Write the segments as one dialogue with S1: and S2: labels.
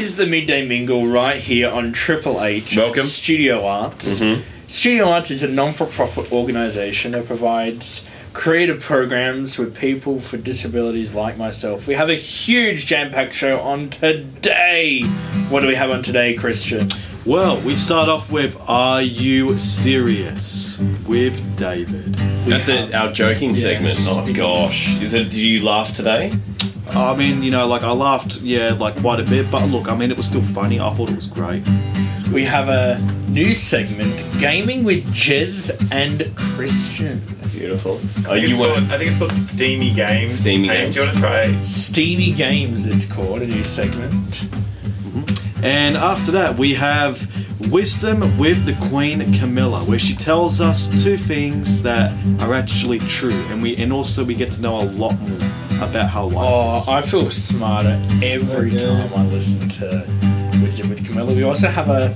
S1: is the midday mingle right here on Triple H
S2: Welcome.
S1: Studio Arts. Studio Arts is a non-for-profit organisation that provides creative programs with people for disabilities like myself. We have a huge jam-packed show on today. What do we have on today, Christian?
S3: Well, we start off with Are You Serious? with David.
S2: That's it, our joking segment. Oh gosh, is it? Did you laugh today?
S3: I mean, you know, like I laughed, yeah, like quite a bit, but look, I mean, it was still funny. I thought it was great.
S1: We have a new segment, Gaming with Jez and Christian.
S2: Beautiful. Oh,
S4: I think,
S2: you
S4: it's
S2: were.
S4: called, I think it's called Steamy Games.
S2: Steamy
S4: hey,
S2: Games.
S4: Do you want to try?
S1: Steamy Games, it's called, a new segment.
S3: And after that, we have Wisdom with the Queen Camilla, where she tells us two things that are actually true, and we and also we get to know a lot more about how life
S1: Oh,
S3: is.
S1: I feel smarter every
S5: Okay.
S1: time I listen to Wisdom with Camilla. We also have a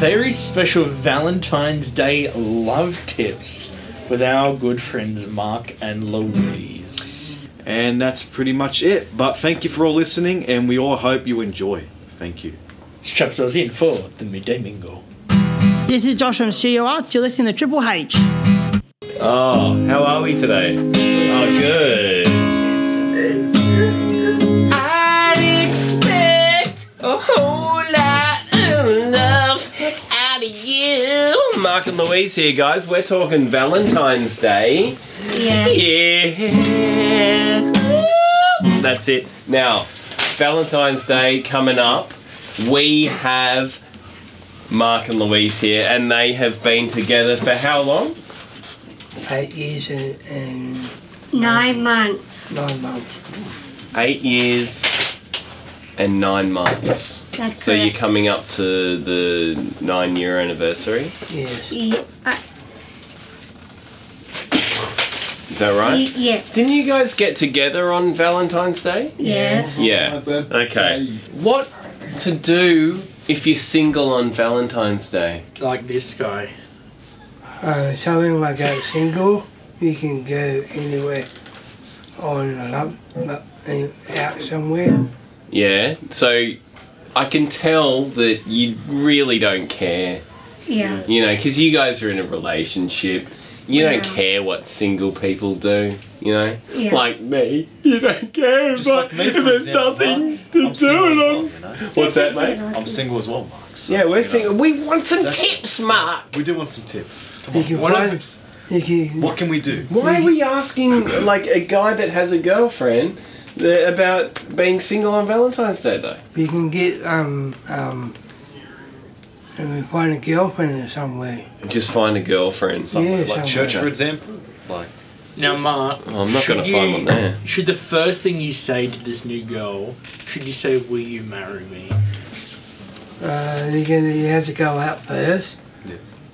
S1: very special Valentine's Day love tips with our good friends Mark and Louise.
S3: And that's pretty much it. But thank you for all listening, and we all hope you enjoy. Thank you.
S1: Straps those in for the midday mingle.
S6: This is Josh from Studio Arts. You're listening to Triple H.
S2: Oh, how are we today? Oh, good.
S7: I'd expect a whole lot of love out of you.
S2: Mark and Louise here, guys. We're talking Valentine's Day.
S7: Yeah.
S2: Yeah. That's it. Now, Valentine's Day coming up. We have Mark and Louise here, and they have been together for how long?
S5: Eight years and, and
S7: Nine months.
S5: nine months.
S2: Eight years and nine months.
S7: That's
S2: So you're
S7: correct.
S2: coming up to the nine year anniversary.
S5: Yes.
S7: Yeah. uh,
S2: Is that right?
S7: yeah.
S2: Didn't you guys get together on Valentine's Day?
S7: Yes.
S2: Yeah. Okay. What to do if you're single on Valentine's Day?
S1: Like this guy.
S5: Uh, something like I'm single, you can go anywhere on a love, lo- and out somewhere.
S2: Yeah. So I can tell that you really don't care,
S7: Yeah.
S2: you know, because you guys are in a relationship. You don't
S7: Yeah.
S2: care what single people do, you know?
S7: Yeah.
S2: Like me. You don't care if,
S3: Just like
S2: I-
S3: me,
S2: if
S3: for
S2: there's
S3: example,
S2: nothing
S3: Mark.
S2: to
S3: I'm
S2: do.
S3: single
S2: And
S3: as well,
S2: I'm,
S3: you know?
S2: what's that, mate?
S3: I'm single as well, Mark. So,
S2: Yeah, we're
S3: you know,
S2: single. We want some
S3: Exactly.
S2: tips, Mark.
S3: We do want some tips. Come
S5: You
S3: on.
S5: can
S3: What,
S5: find-
S3: are tips?
S5: You can,
S3: what can we do?
S2: Why are we asking like a guy that has a girlfriend the, about being single on Valentine's Day though?
S5: you can get um um. And we find a girlfriend or somewhere.
S2: Just find a girlfriend.
S5: Yeah,
S3: Like
S5: somewhere.
S3: church, for example. Like
S1: Now, Mark.
S2: Well, Oh, I'm not
S1: should
S2: gonna
S1: you-
S2: find one there.
S1: Should the first thing you say to this new girl, should you say, Will you marry me?
S5: Uh, you can you have to go out first.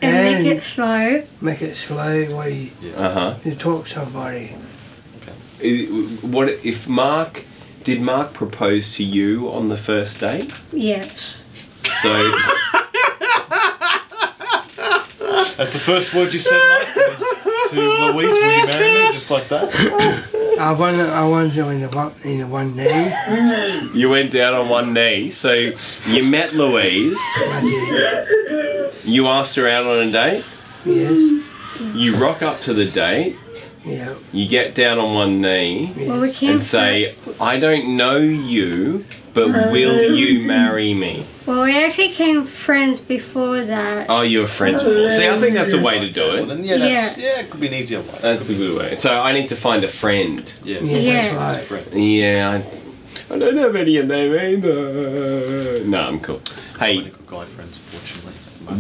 S7: And make it slow.
S5: make it slow while you,
S2: Uh huh.
S5: you talk to somebody.
S2: What if Mark? Did Mark propose to you on the first date?
S7: Yes.
S2: So
S3: that's the first word you said, Mark. Was to Louise, will you marry me? Just like that.
S5: I want I want to in the one in the one knee.
S2: you went down on one knee. So you met Louise. You asked her out on a date.
S5: yes.
S2: You rock up to the date.
S5: Yeah.
S2: You get down on one knee.
S7: Well, we can
S2: and say, I don't know you, but will you marry me?
S7: Well, we actually became friends before that.
S2: Oh, you're friends before. See, I think that's a way to do it.
S3: then yeah, that's
S7: Yeah.
S3: yeah. It could be an easier way.
S2: That's a good way. So I need to find a friend.
S3: Yeah.
S7: Yeah.
S5: Right.
S2: Yeah, I, I don't have any of them either. No, I'm cool. Hey,
S3: good guy friends, fortunately.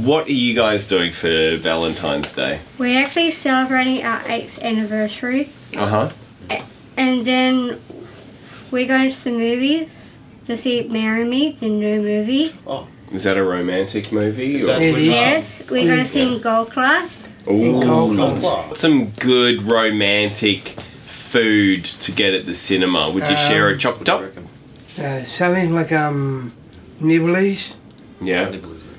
S2: what are you guys doing for Valentine's Day?
S7: We're actually celebrating our eighth anniversary,
S2: Uh
S3: Uh-huh.
S2: huh.
S7: and then we're going to the movies to see "Marry Me," the new movie.
S2: Oh. Is that a romantic movie?
S3: Is that
S2: or-
S5: It is.
S7: Yes, we're going to sing Gold Class.
S2: Ooh.
S5: Gold Class.
S2: Some good romantic food to get at the cinema. Would you share
S3: Um,
S2: a chopped up?
S5: Uh, something like um nibblies.
S2: Yeah.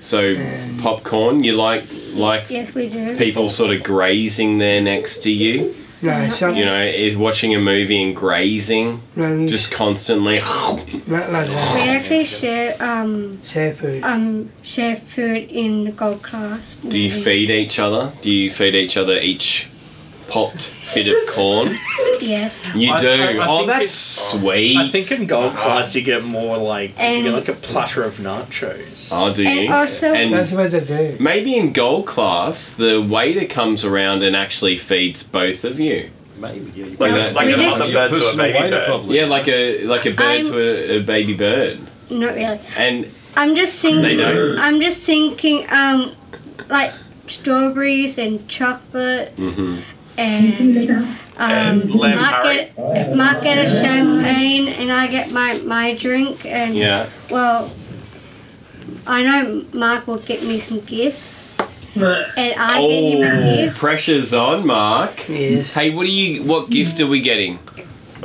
S2: So
S3: Um,
S2: popcorn, you like like
S7: Yes, we do.
S2: people sort of grazing there next to you.
S5: No, some,
S2: You know, is watching a movie and grazing
S5: no, you
S2: just constantly.
S5: not like
S7: We
S5: that.
S7: actually share um
S5: Share food.
S7: um share food in the gold class.
S2: Do you feed each other? Do you feed each other each popped bit of corn?
S7: Yes.
S2: You
S1: I-
S2: do.
S1: I- I
S2: oh,
S1: think
S2: that's sweet.
S1: I think in gold class you get more like you get
S7: And-
S1: like a platter of nachos.
S2: Oh, do
S7: And
S2: you?
S7: also-
S5: That's
S2: and
S5: what they do.
S2: maybe in gold class, the waiter comes around and actually feeds both of you.
S3: Maybe, yeah. You
S4: Like,
S2: Yeah.
S4: a, like a
S7: Your
S4: mother bird to a baby bird.
S2: Yeah, like a like a bird
S7: I'm-
S2: to a, a baby bird,
S7: Not really.
S2: and
S7: I'm just
S2: they
S7: thinking.
S2: don't.
S7: I'm just thinking um like strawberries and chocolate
S1: Mm-hmm.
S2: Mhm.
S7: and um
S4: And lamb
S7: market Mark get a champagne and I get my my drink and
S2: Yeah.
S7: well I know Mark will get me some gifts and I get him a
S2: Oh,
S7: gift.
S2: pressure's on, Mark.
S5: Yes.
S2: Hey, oh, what are you? What gift are we getting?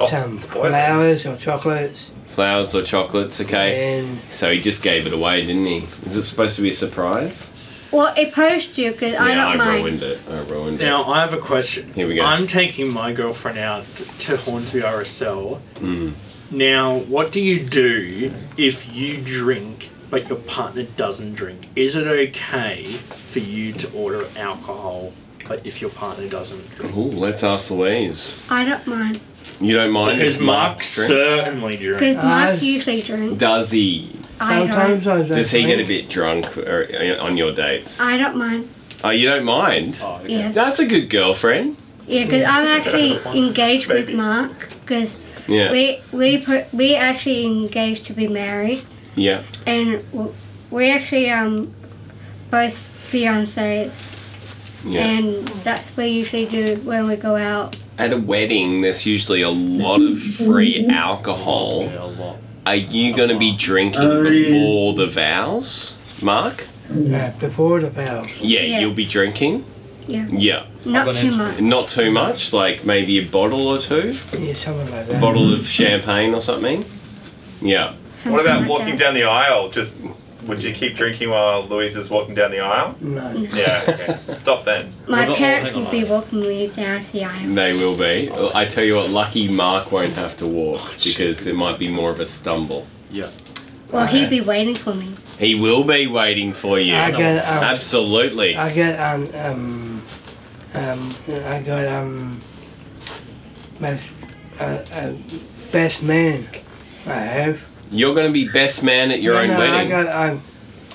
S5: some
S4: spoiler.
S5: flowers or chocolates.
S2: Flowers or chocolates? Okay.
S5: And
S2: So he just gave it away, didn't he? Is it supposed to be a surprise?
S7: Well, it posts you because I
S2: yeah,
S7: don't
S2: I
S7: mind.
S2: ruined it. I ruined it.
S1: Now I have a question.
S2: Here we go.
S1: I'm taking my girlfriend out to Hornsby RSL. Now, what do you do if you drink but your partner doesn't drink? Is it okay for you to order alcohol but if your partner doesn't drink?
S2: Ooh, let's ask Louise.
S7: I don't mind
S2: You don't mind
S1: Because
S2: if
S1: Mark
S2: drinks?
S1: certainly drinks.
S7: because Mark
S5: Us.
S7: usually drinks.
S2: Does he?
S7: I
S5: sometimes
S7: don't.
S5: I don't.
S2: Does he get a
S5: drink.
S2: bit drunk or, uh, on your dates?
S7: I don't mind.
S2: Oh, you don't mind?
S7: Yeah.
S2: That's a good girlfriend.
S7: Yeah, because I'm actually engaged with Mark because
S2: Yeah.
S7: we we pr- we actually engaged to be married
S2: yeah.
S7: and w- we actually um both fiancés
S2: Yeah.
S7: and that's what we usually do when we go out.
S2: At a wedding, there's usually a lot of free alcohol.
S3: Yeah, a lot.
S2: Are you going to be drinking before the vows, Mark?
S5: No, before uh, the bell.
S2: Yeah, you'll be
S7: Yes.
S2: drinking.
S7: Yeah,
S2: Yeah.
S7: not too much.
S2: Not too much, like maybe a bottle or two,
S5: Yeah, something like
S2: a
S5: that.
S2: bottle of champagne or something. Yeah.
S4: What
S7: something
S4: about
S7: like
S4: walking
S7: that.
S4: down the aisle? Just would you keep drinking while Louise is walking down the aisle?
S5: No.
S4: Yeah. Okay. Stop then.
S7: My
S3: Oh,
S7: parents
S3: hang on,
S7: would be walking me down to the aisle.
S2: They will be. I tell you what, lucky Mark won't have to
S3: Oh,
S2: walk because there might be more of a stumble.
S3: Yeah.
S7: Well, he'd be waiting for me.
S2: He will be waiting for you.
S5: I get um,
S2: Absolutely.
S5: I get um um um I got um best uh, uh, best man I have.
S2: You're going to be best man at your
S5: No,
S2: own
S5: no, I
S2: wedding.
S5: got um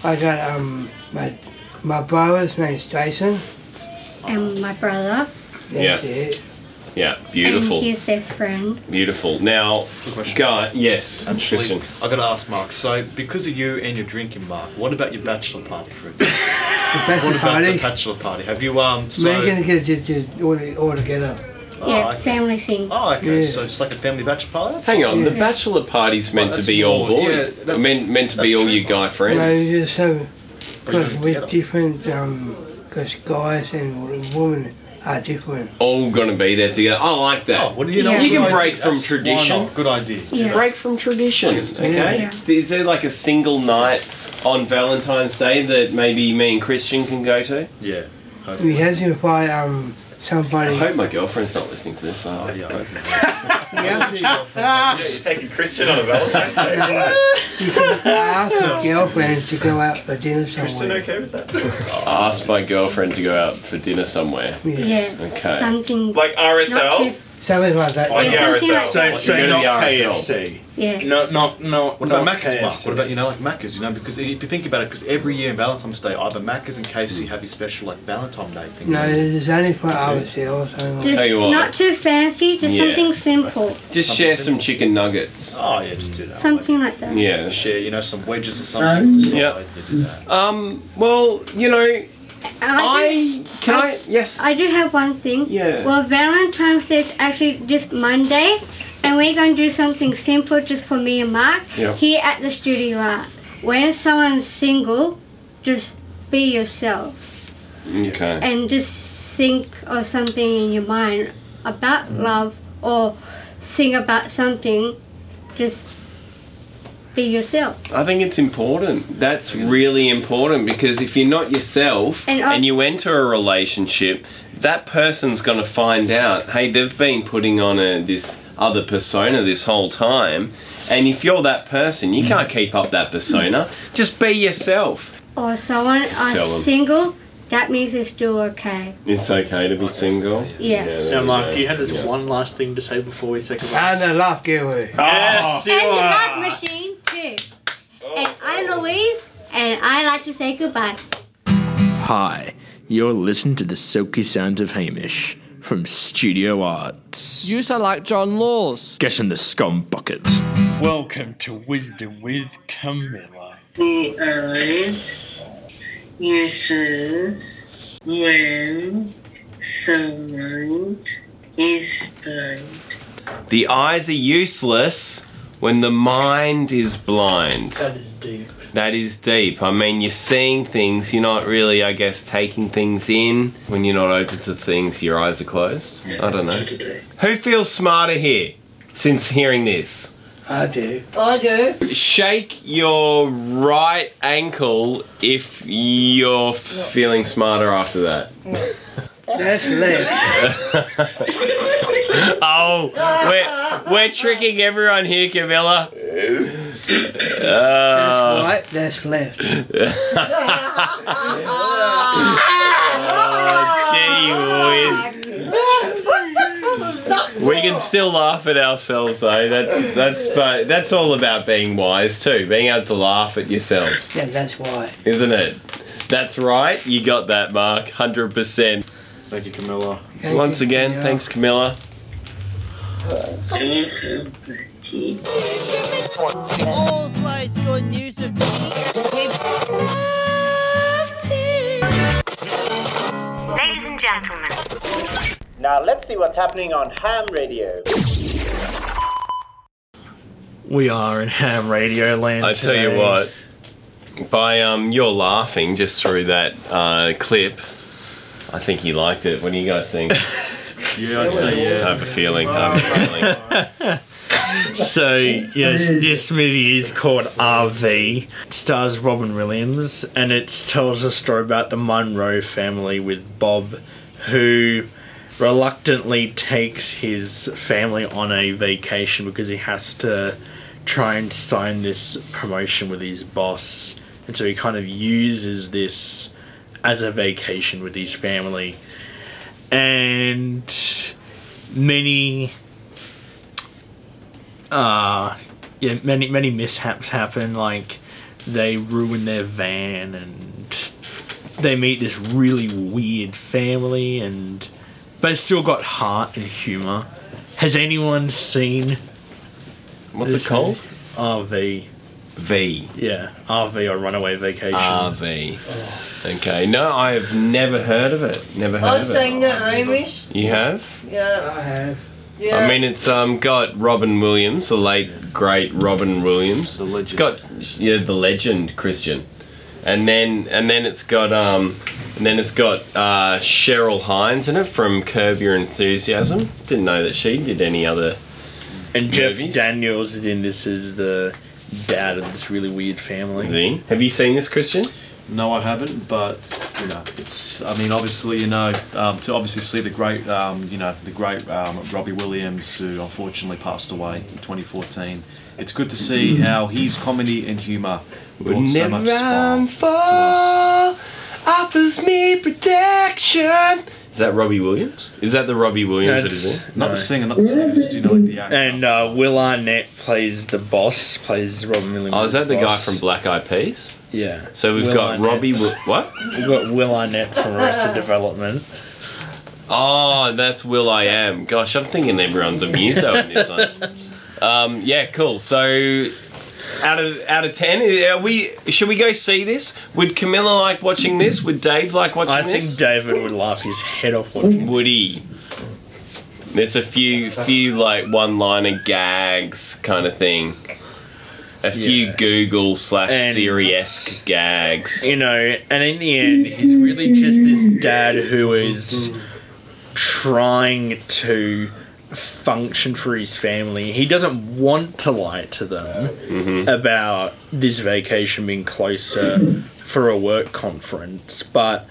S5: I got um my my brother's name's Jason.
S7: and my brother
S5: That's
S2: Yeah.
S5: it.
S2: yeah, beautiful,
S7: and his best friend.
S2: beautiful. Now,
S3: question.
S2: go yes,
S3: Actually,
S2: Tristan.
S3: I gotta ask Mark. So, because of you and your drinking, Mark, what about your bachelor party, for example?
S5: The best
S3: what about the
S5: party.
S3: bachelor party? Have you um? So,
S5: Megan gets it just all, all together.
S3: oh,
S7: yeah,
S3: okay.
S7: family thing.
S3: Oh, okay.
S5: Yeah.
S3: So it's like a family bachelor party. That's
S2: Hang on, the
S5: Yes.
S2: bachelor party's meant
S3: Well,
S2: to
S3: Oh, that's
S2: be all
S3: more- yeah,
S2: boys.
S3: that-
S2: meant meant to be
S3: that's
S2: all
S3: true.
S2: your guy
S5: You know,
S2: friends.
S5: you just have because
S3: Bring them
S5: we're
S3: together.
S5: different. Um, because guys and women are different.
S2: All going to be there together. I like that.
S3: Oh, what do you know?
S7: Yeah. You
S2: can
S3: Good
S2: break
S3: idea.
S2: from
S3: That's- why
S2: tradition.
S3: not? Good idea.
S7: Yeah.
S2: Break from tradition. Okay.
S7: Yeah.
S2: Is there like a single night on Valentine's Day that maybe me and Christian can go to?
S3: Yeah. Hopefully.
S5: We have to find um
S2: I
S5: somebody.
S2: hope my girlfriend's not listening to this. Oh,
S3: Oh, yeah, hopefully.
S5: We have to-
S7: Ah.
S4: Yeah, you're taking Christian on a Valentine's Day. Why?
S5: I asked my girlfriend to go out for dinner
S4: Christian
S5: somewhere.
S4: okay with that?
S2: I asked my girlfriend to go out for dinner somewhere.
S5: Yeah.
S7: Yeah,
S2: Okay.
S7: something
S4: Like
S7: not
S4: RSL?
S7: too.
S5: Something like that.
S4: Oh,
S7: yeah,
S4: yeah,
S7: something like
S4: RSL.
S1: So,
S7: that.
S2: You
S1: so
S2: go to
S1: not
S2: the RSL.
S1: KFC.
S7: Yeah.
S1: No, not no.
S3: What about
S1: not
S3: Macca's, Mark?
S1: KFC.
S3: What about, you know, like Macca's, you know, because if you think about it, because every year on Valentine's Day, either Macca's and KFC have these special, like, Valentine Day things.
S5: No, this is only for ourselves. only.
S7: Just
S2: Tell you what.
S7: not too fancy, just
S2: Yeah.
S7: something simple.
S2: Just
S3: Something
S2: share some
S3: simple.
S2: chicken nuggets.
S3: Oh, yeah, just do that.
S7: Something like that.
S2: Yeah.
S3: Like, share, you know, some wedges or something. Just
S2: Yeah.
S3: like, you do that.
S2: Um. Well, you know,
S7: I,
S2: I can I yes.
S7: do, I do have one thing.
S2: Yeah.
S7: Well, Valentine's Day is actually this Monday, and we're going to do something simple just for me and Mark
S2: Yeah.
S7: here at the studio art. When someone's single, just be yourself
S2: okay.
S7: and just think of something in your mind about
S2: Mm.
S7: love or think about something. Just be yourself.
S2: I think it's important. That's really important because if you're not yourself
S7: And
S2: and,
S7: also-
S2: you enter a relationship, that person's going to find out, hey, they've been putting on a, this other persona this whole time. And if you're that person, you can't keep up that persona. Just be yourself.
S7: Or someone
S2: Tell
S7: are
S2: 'em.
S7: single, that means it's still okay.
S2: It's okay to be single.
S7: Yeah.
S1: Now,
S2: there's
S1: Mark,
S2: a-
S1: do you have this
S2: yeah.
S1: one last thing to say before we say goodbye?
S5: And a lucky way.
S1: Yes, you
S7: And the
S1: are.
S7: love machine too. And I'm Louise, and I like to say goodbye.
S8: Hi, you're listening to the silky sounds of Hamish from Studio Arts.
S9: You sound like John Laws.
S8: Get in the scum bucket.
S1: Welcome to Wisdom with Camilla.
S10: Who is uses when someone is blind?
S2: The eyes are useless when the mind is blind.
S1: That is deep.
S2: That is deep. I mean, you're seeing things, you're not really, I guess, taking things in. When you're not open to things, your eyes are closed. I don't know. Who feels smarter here since hearing this?
S5: I do.
S11: I do.
S2: Shake your right ankle if you're f- feeling smarter after that.
S5: That's left.
S2: Oh, we're, we're tricking everyone here, Camilla. Uh,
S5: That's right. That's left.
S2: Gee whiz. We can still laugh at ourselves though. That's that's but that's all about being wise too. Being able to laugh at yourselves,
S5: Yeah, that's why.
S2: isn't it? That's right. You got that, Mark. Hundred percent.
S3: Thank you, Camilla.
S5: Thank
S2: Once
S5: you,
S2: again,
S5: Camilla.
S2: thanks, Camilla.
S6: Always good news of
S11: Ladies and gentlemen.
S9: Now let's see what's happening on Ham Radio.
S1: We are in ham radio land.
S2: I tell you
S1: today.
S2: what, by um your laughing just through that uh, clip, I think he liked it. What do you guys think?
S3: Yeah, I'd say
S2: I
S3: yeah.
S2: have a feeling. I have a feeling.
S1: So, yes, this movie is called RV. It stars Robin Williams, and it tells a story about the Monroe family with Bob, who reluctantly takes his family on a vacation because he has to try and sign this promotion with his boss. And so he kind of uses this as a vacation with his family. And many uh yeah many many mishaps happen like they ruin their van and they meet this really weird family and but it's still got heart and humor has anyone seen
S2: What's it called?
S1: rv
S2: V.
S1: yeah rv or runaway vacation
S3: Um,
S2: RV. Okay. No, I have never heard of it. Never heard
S11: I've
S2: of
S11: seen
S2: it.
S11: it, Hamish.
S2: You have?
S11: Yeah.
S5: I have.
S11: Yeah.
S2: I mean, it's um got Robin Williams, the late great Robin Williams.
S3: The legend.
S2: It's got yeah the legend Christian, and then and then it's got um and then it's got uh, Cheryl Hines in it from Curb Your Enthusiasm. Didn't know that she did any other.
S1: and jeff
S2: Movies?
S1: daniels is in this as the dad of this really weird family
S2: thing. Have you seen this, Christian?
S3: No, I haven't, but you know, it's. I mean, obviously, you know, um, to obviously see the great, um, you know, the great um, Robbie Williams, who unfortunately passed away in 2014. It's good to see how his comedy and humour brought so much smile to us.
S2: offers me protection. Is that Robbie Williams? Is that the Robbie Williams that is in?
S1: That's-
S3: Not
S1: no.
S3: the singer, not the singer, just you know, like the actor.
S1: and uh, will arnett plays the boss plays robin williams
S2: Oh, is that the guy
S1: boss.
S2: from Black Eyed Peas?
S1: yeah
S2: So we've
S1: Will
S2: got
S1: Arnett.
S2: Robbie. Wi- what?
S1: We've got Will Arnett from Arrested Development.
S2: Oh, that's Will I Am. Gosh, I'm thinking everyone's a muso in this one. Um, yeah, cool. So, out of out of ten, are we should we go see this? Would Camilla like watching this? Would Dave like watching
S1: I
S2: this?
S1: think David would laugh his head off watching.
S2: Woody. There's a few few like one liner gags kind of thing. A few
S1: Yeah.
S2: Google slash
S1: And-
S2: Siri esque gags.
S1: You know, and in the end, he's really just this dad who is trying to function for his family. He doesn't want to lie to them
S2: Mm-hmm.
S1: about this vacation being closer for a work conference, but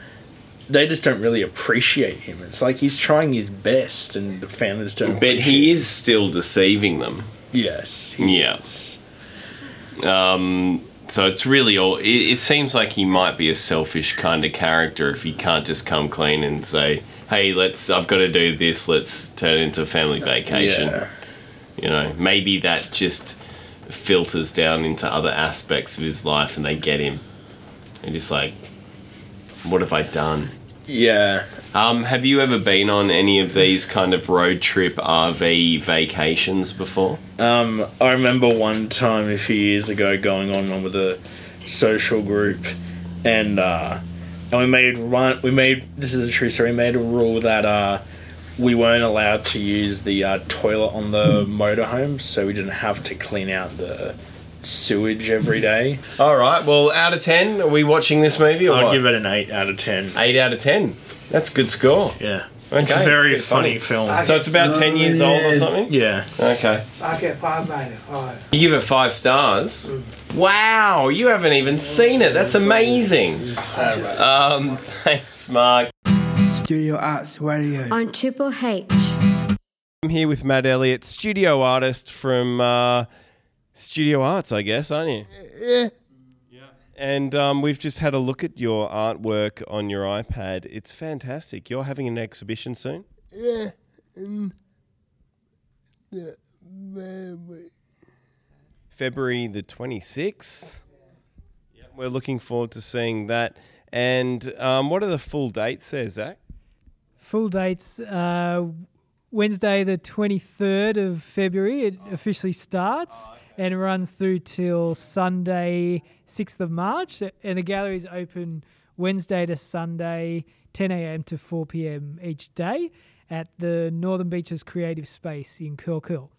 S1: they just don't really appreciate him. It's like he's trying his best, and the families don't.
S2: But he is still deceiving them.
S1: Yes.
S2: Yes. Um, so it's really all. It, it seems like he might be a selfish kind of character if he can't just come clean and say, "Hey, let's. I've got to do this. Let's turn it into a family vacation."
S1: Yeah.
S2: You know, maybe that just filters down into other aspects of his life, and they get him. And just like, what have I done?
S1: Yeah.
S2: Um, have you ever been on any of these kind of road trip RV vacations before?
S1: Um, I remember one time a few years ago going on one with a social group, and uh, and we made run. We made this is a true story. We made a rule that uh, we weren't allowed to use the uh, toilet on the motorhome, so we didn't have to clean out the sewage every day.
S2: All right. Well, out of ten, are we watching this movie? Or
S1: I'd
S2: what?
S1: give it an eight out of ten.
S2: Eight out of ten. That's good score.
S1: Yeah.
S2: Okay.
S1: It's a very
S2: Good
S1: funny film.
S2: So it's about ten years old or something.
S1: Yeah.
S2: Okay.
S5: I get five out of five.
S2: You give it five stars. Wow, you haven't even seen it. That's amazing. Um, thanks, Mark.
S5: Studio Arts Radio.
S7: On Triple H.
S2: I'm here with Matt Elliott, studio artist from uh, Studio Arts, I guess, aren't you?
S12: Yeah.
S2: And um, we've just had a look at your artwork on your iPad. It's fantastic. You're having an exhibition soon?
S12: Yeah. And the baby.
S2: February the 26th. Yep. We're looking forward to seeing that. And um, what are the full dates there, Zach?
S13: Full dates uh, Wednesday, the 23rd of February, it officially starts and runs through till Sunday, 6th of March. And the gallery is open Wednesday to Sunday, 10 a.m. to 4 p.m. each day at the Northern Beaches Creative Space in Curl Curl.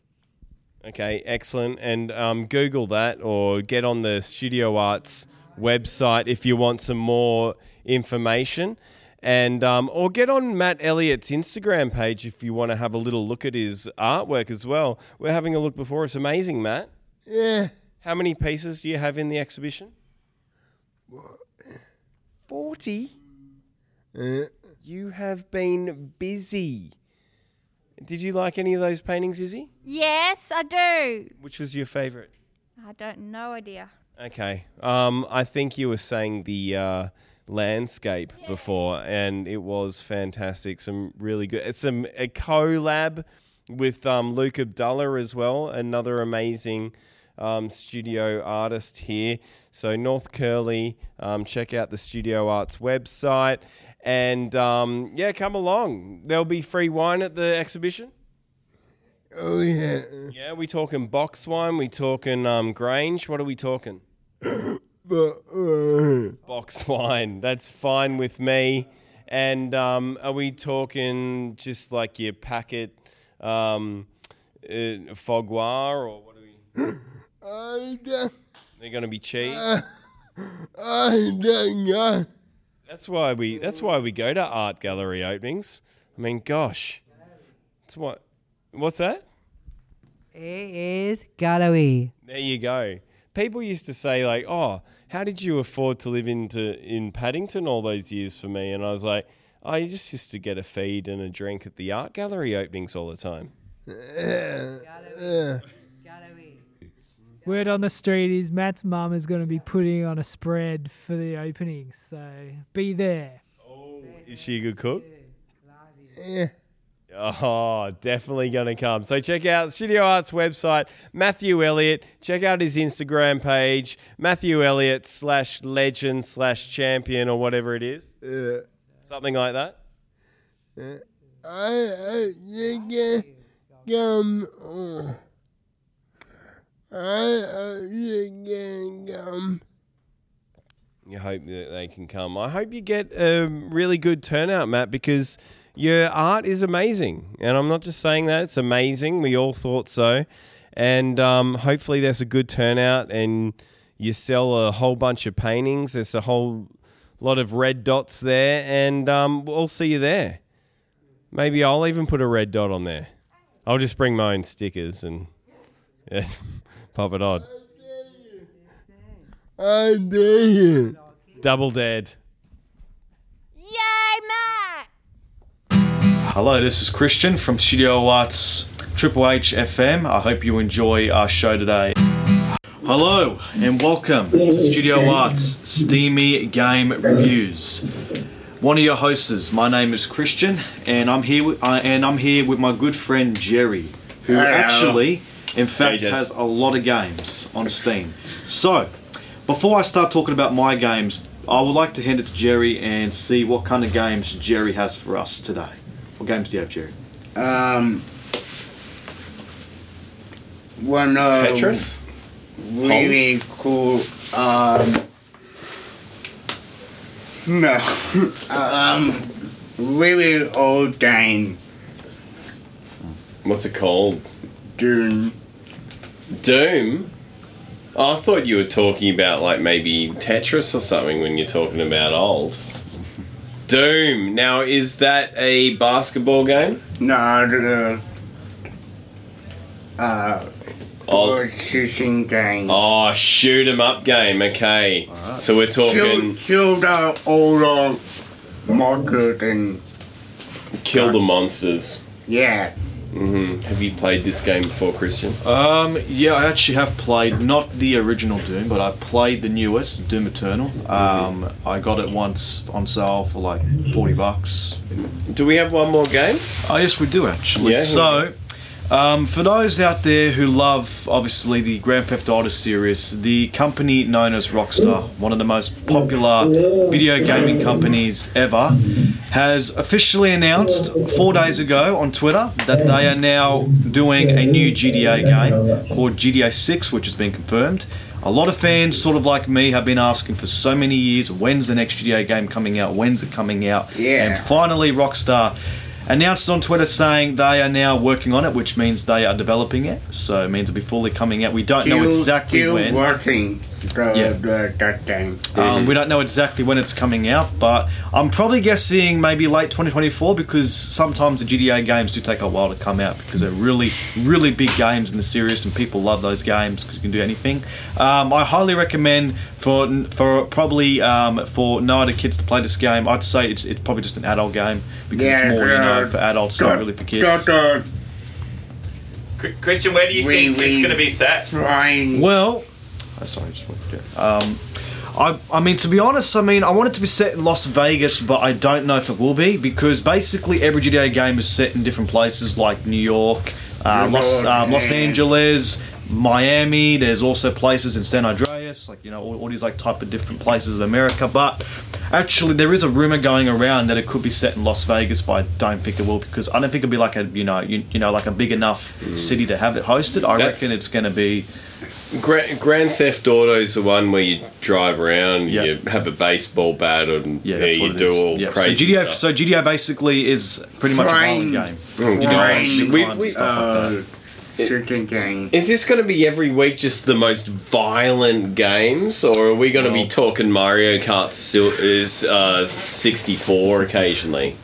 S2: Okay, excellent. And um, Google that or get on the Studio Arts website if you want some more information. And um, or get on Matt Elliott's Instagram page if you want to have a little look at his artwork as well. We're having a look before. It's amazing, Matt.
S12: Yeah.
S2: How many pieces do you have in the exhibition? 40. You have been busy. Did you like any of those paintings, Izzy?
S14: Yes, I do.
S2: Which was your favourite?
S14: I don't no idea.
S2: Okay. Um, I think you were saying the uh, landscape before, and it was fantastic. Some really good. It's some a collab with um, Luke Abdullah as well, another amazing um, studio artist here. So North Curly, um, check out the Studio Arts website, and um, yeah, come along. There'll be free wine at the exhibition.
S12: Oh, yeah.
S2: Yeah, we talking box wine. We talking um, Grange. What are we talking?
S12: But, uh,
S2: Box wine. That's fine with me. And um, are we talking just like your packet um, uh, foguar or what are we?
S12: I don't,
S2: They're gonna be cheap.
S12: I don't know.
S2: That's why we. That's why we go to art gallery openings. I mean, gosh, that's what. What's that?
S15: It is gallery.
S2: There you go. People used to say like, "Oh, how did you afford to live into in Paddington all those years for me?" And I was like, "I just used to get a feed and a drink at the art gallery openings all the time."
S12: Yeah. Yeah.
S13: Word on the street is Matt's mum is going to be putting on a spread for the opening, so be there.
S2: Is she a good cook?
S12: Yeah.
S2: Oh, definitely going to come. So check out Studio Arts website, Matthew Elliott. Check out his Instagram page, Matthew Elliott slash legend slash champion or whatever it is.
S12: Yeah.
S2: Something like that.
S12: Yeah. I, I think it come on. um, uh, I, uh, I think it come.
S2: You hope that they can come. I hope you get a really good turnout, Matt, because your art is amazing. And I'm not just saying that, it's amazing. We all thought so. And um, hopefully, there's a good turnout and you sell a whole bunch of paintings. There's a whole lot of red dots there. And um, we'll see you there. Maybe I'll even put a red dot on there. I'll just bring my own stickers and yeah, pop it on.
S12: I dare you.
S2: Double dead.
S14: Yay,
S3: Hello, this is Christian from Studio Arts Triple H FM. I hope you enjoy our show today. Hello and welcome to Studio Arts Steamy Game Reviews. One of your hosts. My name is Christian, and I'm here. With, I and I'm here with my good friend Jerry, who
S16: Hello.
S3: actually, in fact, has a lot of games on Steam. So, before I start talking about my games, I would like to hand it to Jerry and see what kind of games Jerry has for us today. What games do you have, Jerry?
S17: Um, one of
S3: Tetris?
S17: really cool. Um, no, um, really old game.
S2: Um, What's it called?
S17: Doom.
S2: Doom? Oh, I thought you were talking about like maybe Tetris or something when you're talking about old. Doom. Now, is that a basketball game?
S17: No, the uh,
S2: Oh,
S17: shooting game.
S2: oh shoot 'em up game. Okay. So we're talking
S17: Killed, killed out all the monsters and
S2: kill the monsters.
S17: yeah.
S2: hmm Have you played this game before, Christian?
S3: Um, yeah, I actually have played not the original Doom, but I played the newest Doom Eternal. Um, I got it once on sale for like forty bucks.
S2: Do we have one more game?
S3: Oh yes, we do actually.
S2: Yeah,
S3: so, um, for those out there who love obviously the Grand Theft Auto series, the company known as Rockstar, one of the most popular video gaming companies ever, has officially announced four days ago on Twitter that they are now doing a new GTA game called GTA 6, which has been confirmed. A lot of fans, sort of like me, have been asking for so many years when's the next GTA game coming out? When's it coming out?
S17: Yeah.
S3: And finally, Rockstar announced on Twitter saying they are now working on it, which means they are developing it. So it means it'll be fully coming out. We don't know
S17: Still-
S3: exactly
S17: still
S3: when.
S17: working the,
S3: Yeah.
S17: the, that game.
S3: Um, we don't know exactly when it's coming out, but I'm probably guessing maybe late 2024 because sometimes the GDA games do take a while to come out because they're really, really big games in the series and people love those games because you can do anything. Um, I highly recommend for for probably um, for no other kids to play this game. I'd say it's, it's probably just an adult game because
S17: Yeah,
S3: it's more you know
S17: uh,
S3: for adults, not
S17: got-
S3: really for
S17: got
S3: kids.
S17: the
S4: Qu- Christian, where do you think it's going to be set?
S17: Trying.
S3: Well, oh, sorry, I just wanted to Um, I, I mean, to be honest, I mean, I want it to be set in Las Vegas, but I don't know if it will be because basically every GTA game is set in different places like New York, uh,
S16: New
S3: Los,
S16: York,
S3: um, Los
S16: yeah.
S3: Angeles, Miami. There's also places in San Andreas, like, you know, all, all these like type of different places in America. But actually, there is a rumor going around that it could be set in Las Vegas, but I don't think it will because I don't think it'll be like a, you know, you, you know, like a big enough city to have it hosted. I
S2: That's-
S3: reckon it's going to be.
S2: Grand, Grand Theft Auto is the one where you drive around, you have a baseball bat, and yeah,
S3: that's
S2: you
S3: what it
S2: do
S3: is.
S2: all
S3: Yeah,
S2: crazy
S3: so GTA,
S2: stuff.
S3: So GTA basically is pretty much
S2: Crime.
S3: a violent
S2: Oh,
S3: game. You can
S2: crime.
S3: actually
S2: We-
S3: climb
S2: we- uh,
S3: and stuff like
S17: Chicken game.
S2: Is this going to be every week just the most violent games, or are we going to be talking Mario Kart sil- is uh, 64 occasionally?
S3: that.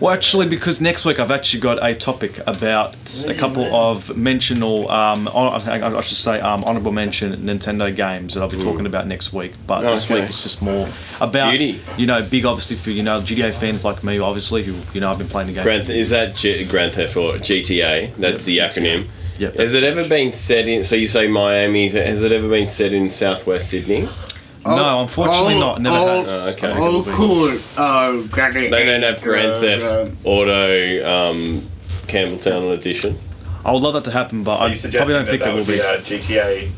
S3: Well, actually, because next week I've actually got a topic about a couple of mentional, um, hon- I I should say, um, honorable mention Nintendo games that I'll be talking about next week. But this
S2: Okay.
S3: week it's just more about you know big, obviously for you know GTA fans like me, obviously who you know I've been playing the game.
S2: Grand, is that G- Grand Theft Auto GTA? That's the acronym.
S3: Yep,
S2: has it
S3: that's
S2: ever been set in? So you say Miami? Has it ever been set in Southwest Sydney?
S3: no, unfortunately
S17: all-
S3: not. Never
S17: all-
S3: had.
S2: Oh, okay.
S17: all cool. Uh, got it.
S2: They don't have
S17: Uh,
S2: Grand
S17: uh,
S2: Theft Auto um, Campbelltown edition.
S3: I would love that to happen, but I probably don't think it will be.
S4: GTA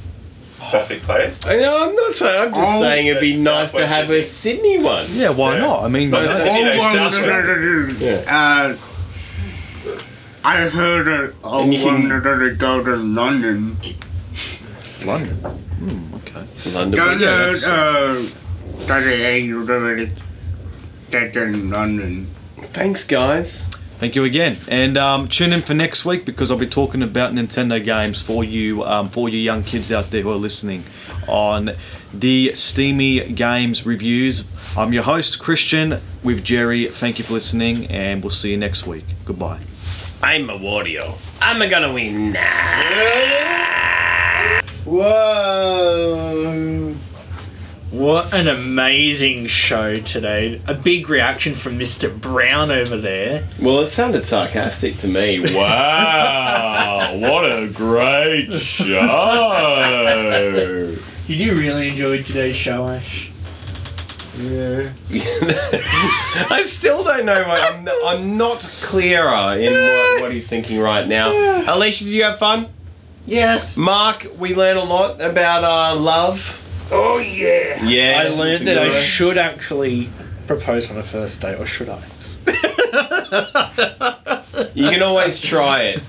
S4: perfect place.
S2: I know, I'm not saying. I'm just
S4: Oh.
S2: saying it'd be
S4: That's
S2: nice to
S4: Southwest
S2: have a Sydney one.
S3: Yeah, why not? I mean,
S2: But
S3: you know-
S7: Oh,
S2: it's-
S17: all
S2: you know,
S17: one
S2: South
S17: of
S2: Australia.
S17: the- uh, I heard that all
S2: And you can-
S17: one of the go to London.
S3: London. Hmm, okay.
S2: London.
S17: Don't
S2: yeah,
S17: know,
S2: that's-
S17: uh, that they ain't really that in London.
S2: Thanks, guys.
S3: Thank you again, and um, tune in for next week because I'll be talking about Nintendo games for you, um, for you young kids out there who are listening, on the Steamy Games reviews. I'm your host Christian with Jerry. Thank you for listening, and we'll see you next week. Goodbye.
S2: I'm a Wario. I'm gonna win.
S17: Whoa!
S1: What an amazing show today. A big reaction from Mr. Brown over there.
S2: Well, it sounded sarcastic to me. Wow, what a great show!
S1: Did you really enjoy today's show, Ash?
S2: Yeah. I still don't know. What, I'm, no- I'm not clearer in what, what he's thinking right now. Alicia, did you have fun?
S11: Yes.
S2: Mark, we learned a lot about uh, love.
S11: Oh, yeah.
S2: Yeah.
S1: I learned that I
S2: Yeah.
S1: should actually propose on a first date, or should I?
S2: You can always try it.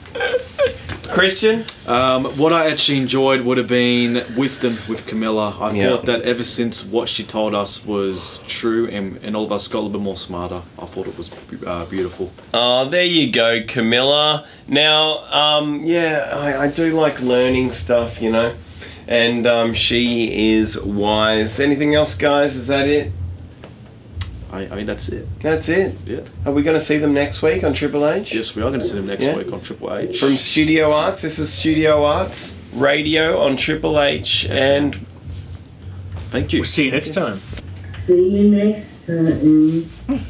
S2: Christian?
S3: Um, what I actually enjoyed would have been Wisdom with Camilla. I
S2: Yeah.
S3: thought that ever since what she told us was true and, and all of us got a little bit more smarter, I thought it was uh, beautiful.
S2: Oh, there you go, Camilla. Now, um, yeah, I, I do like learning stuff, you know. And um, she is wise. Anything else, guys? Is that it?
S3: I, I mean, that's it.
S2: That's it.
S3: Yeah.
S2: Are we going to see them next week on Triple H?
S3: Yes, we are going to see them next
S2: Yeah.
S3: week on Triple H.
S2: From Studio Arts, this is Studio Arts Radio on Triple H, and
S3: thank you.
S1: We'll see you next time.
S11: See you next time.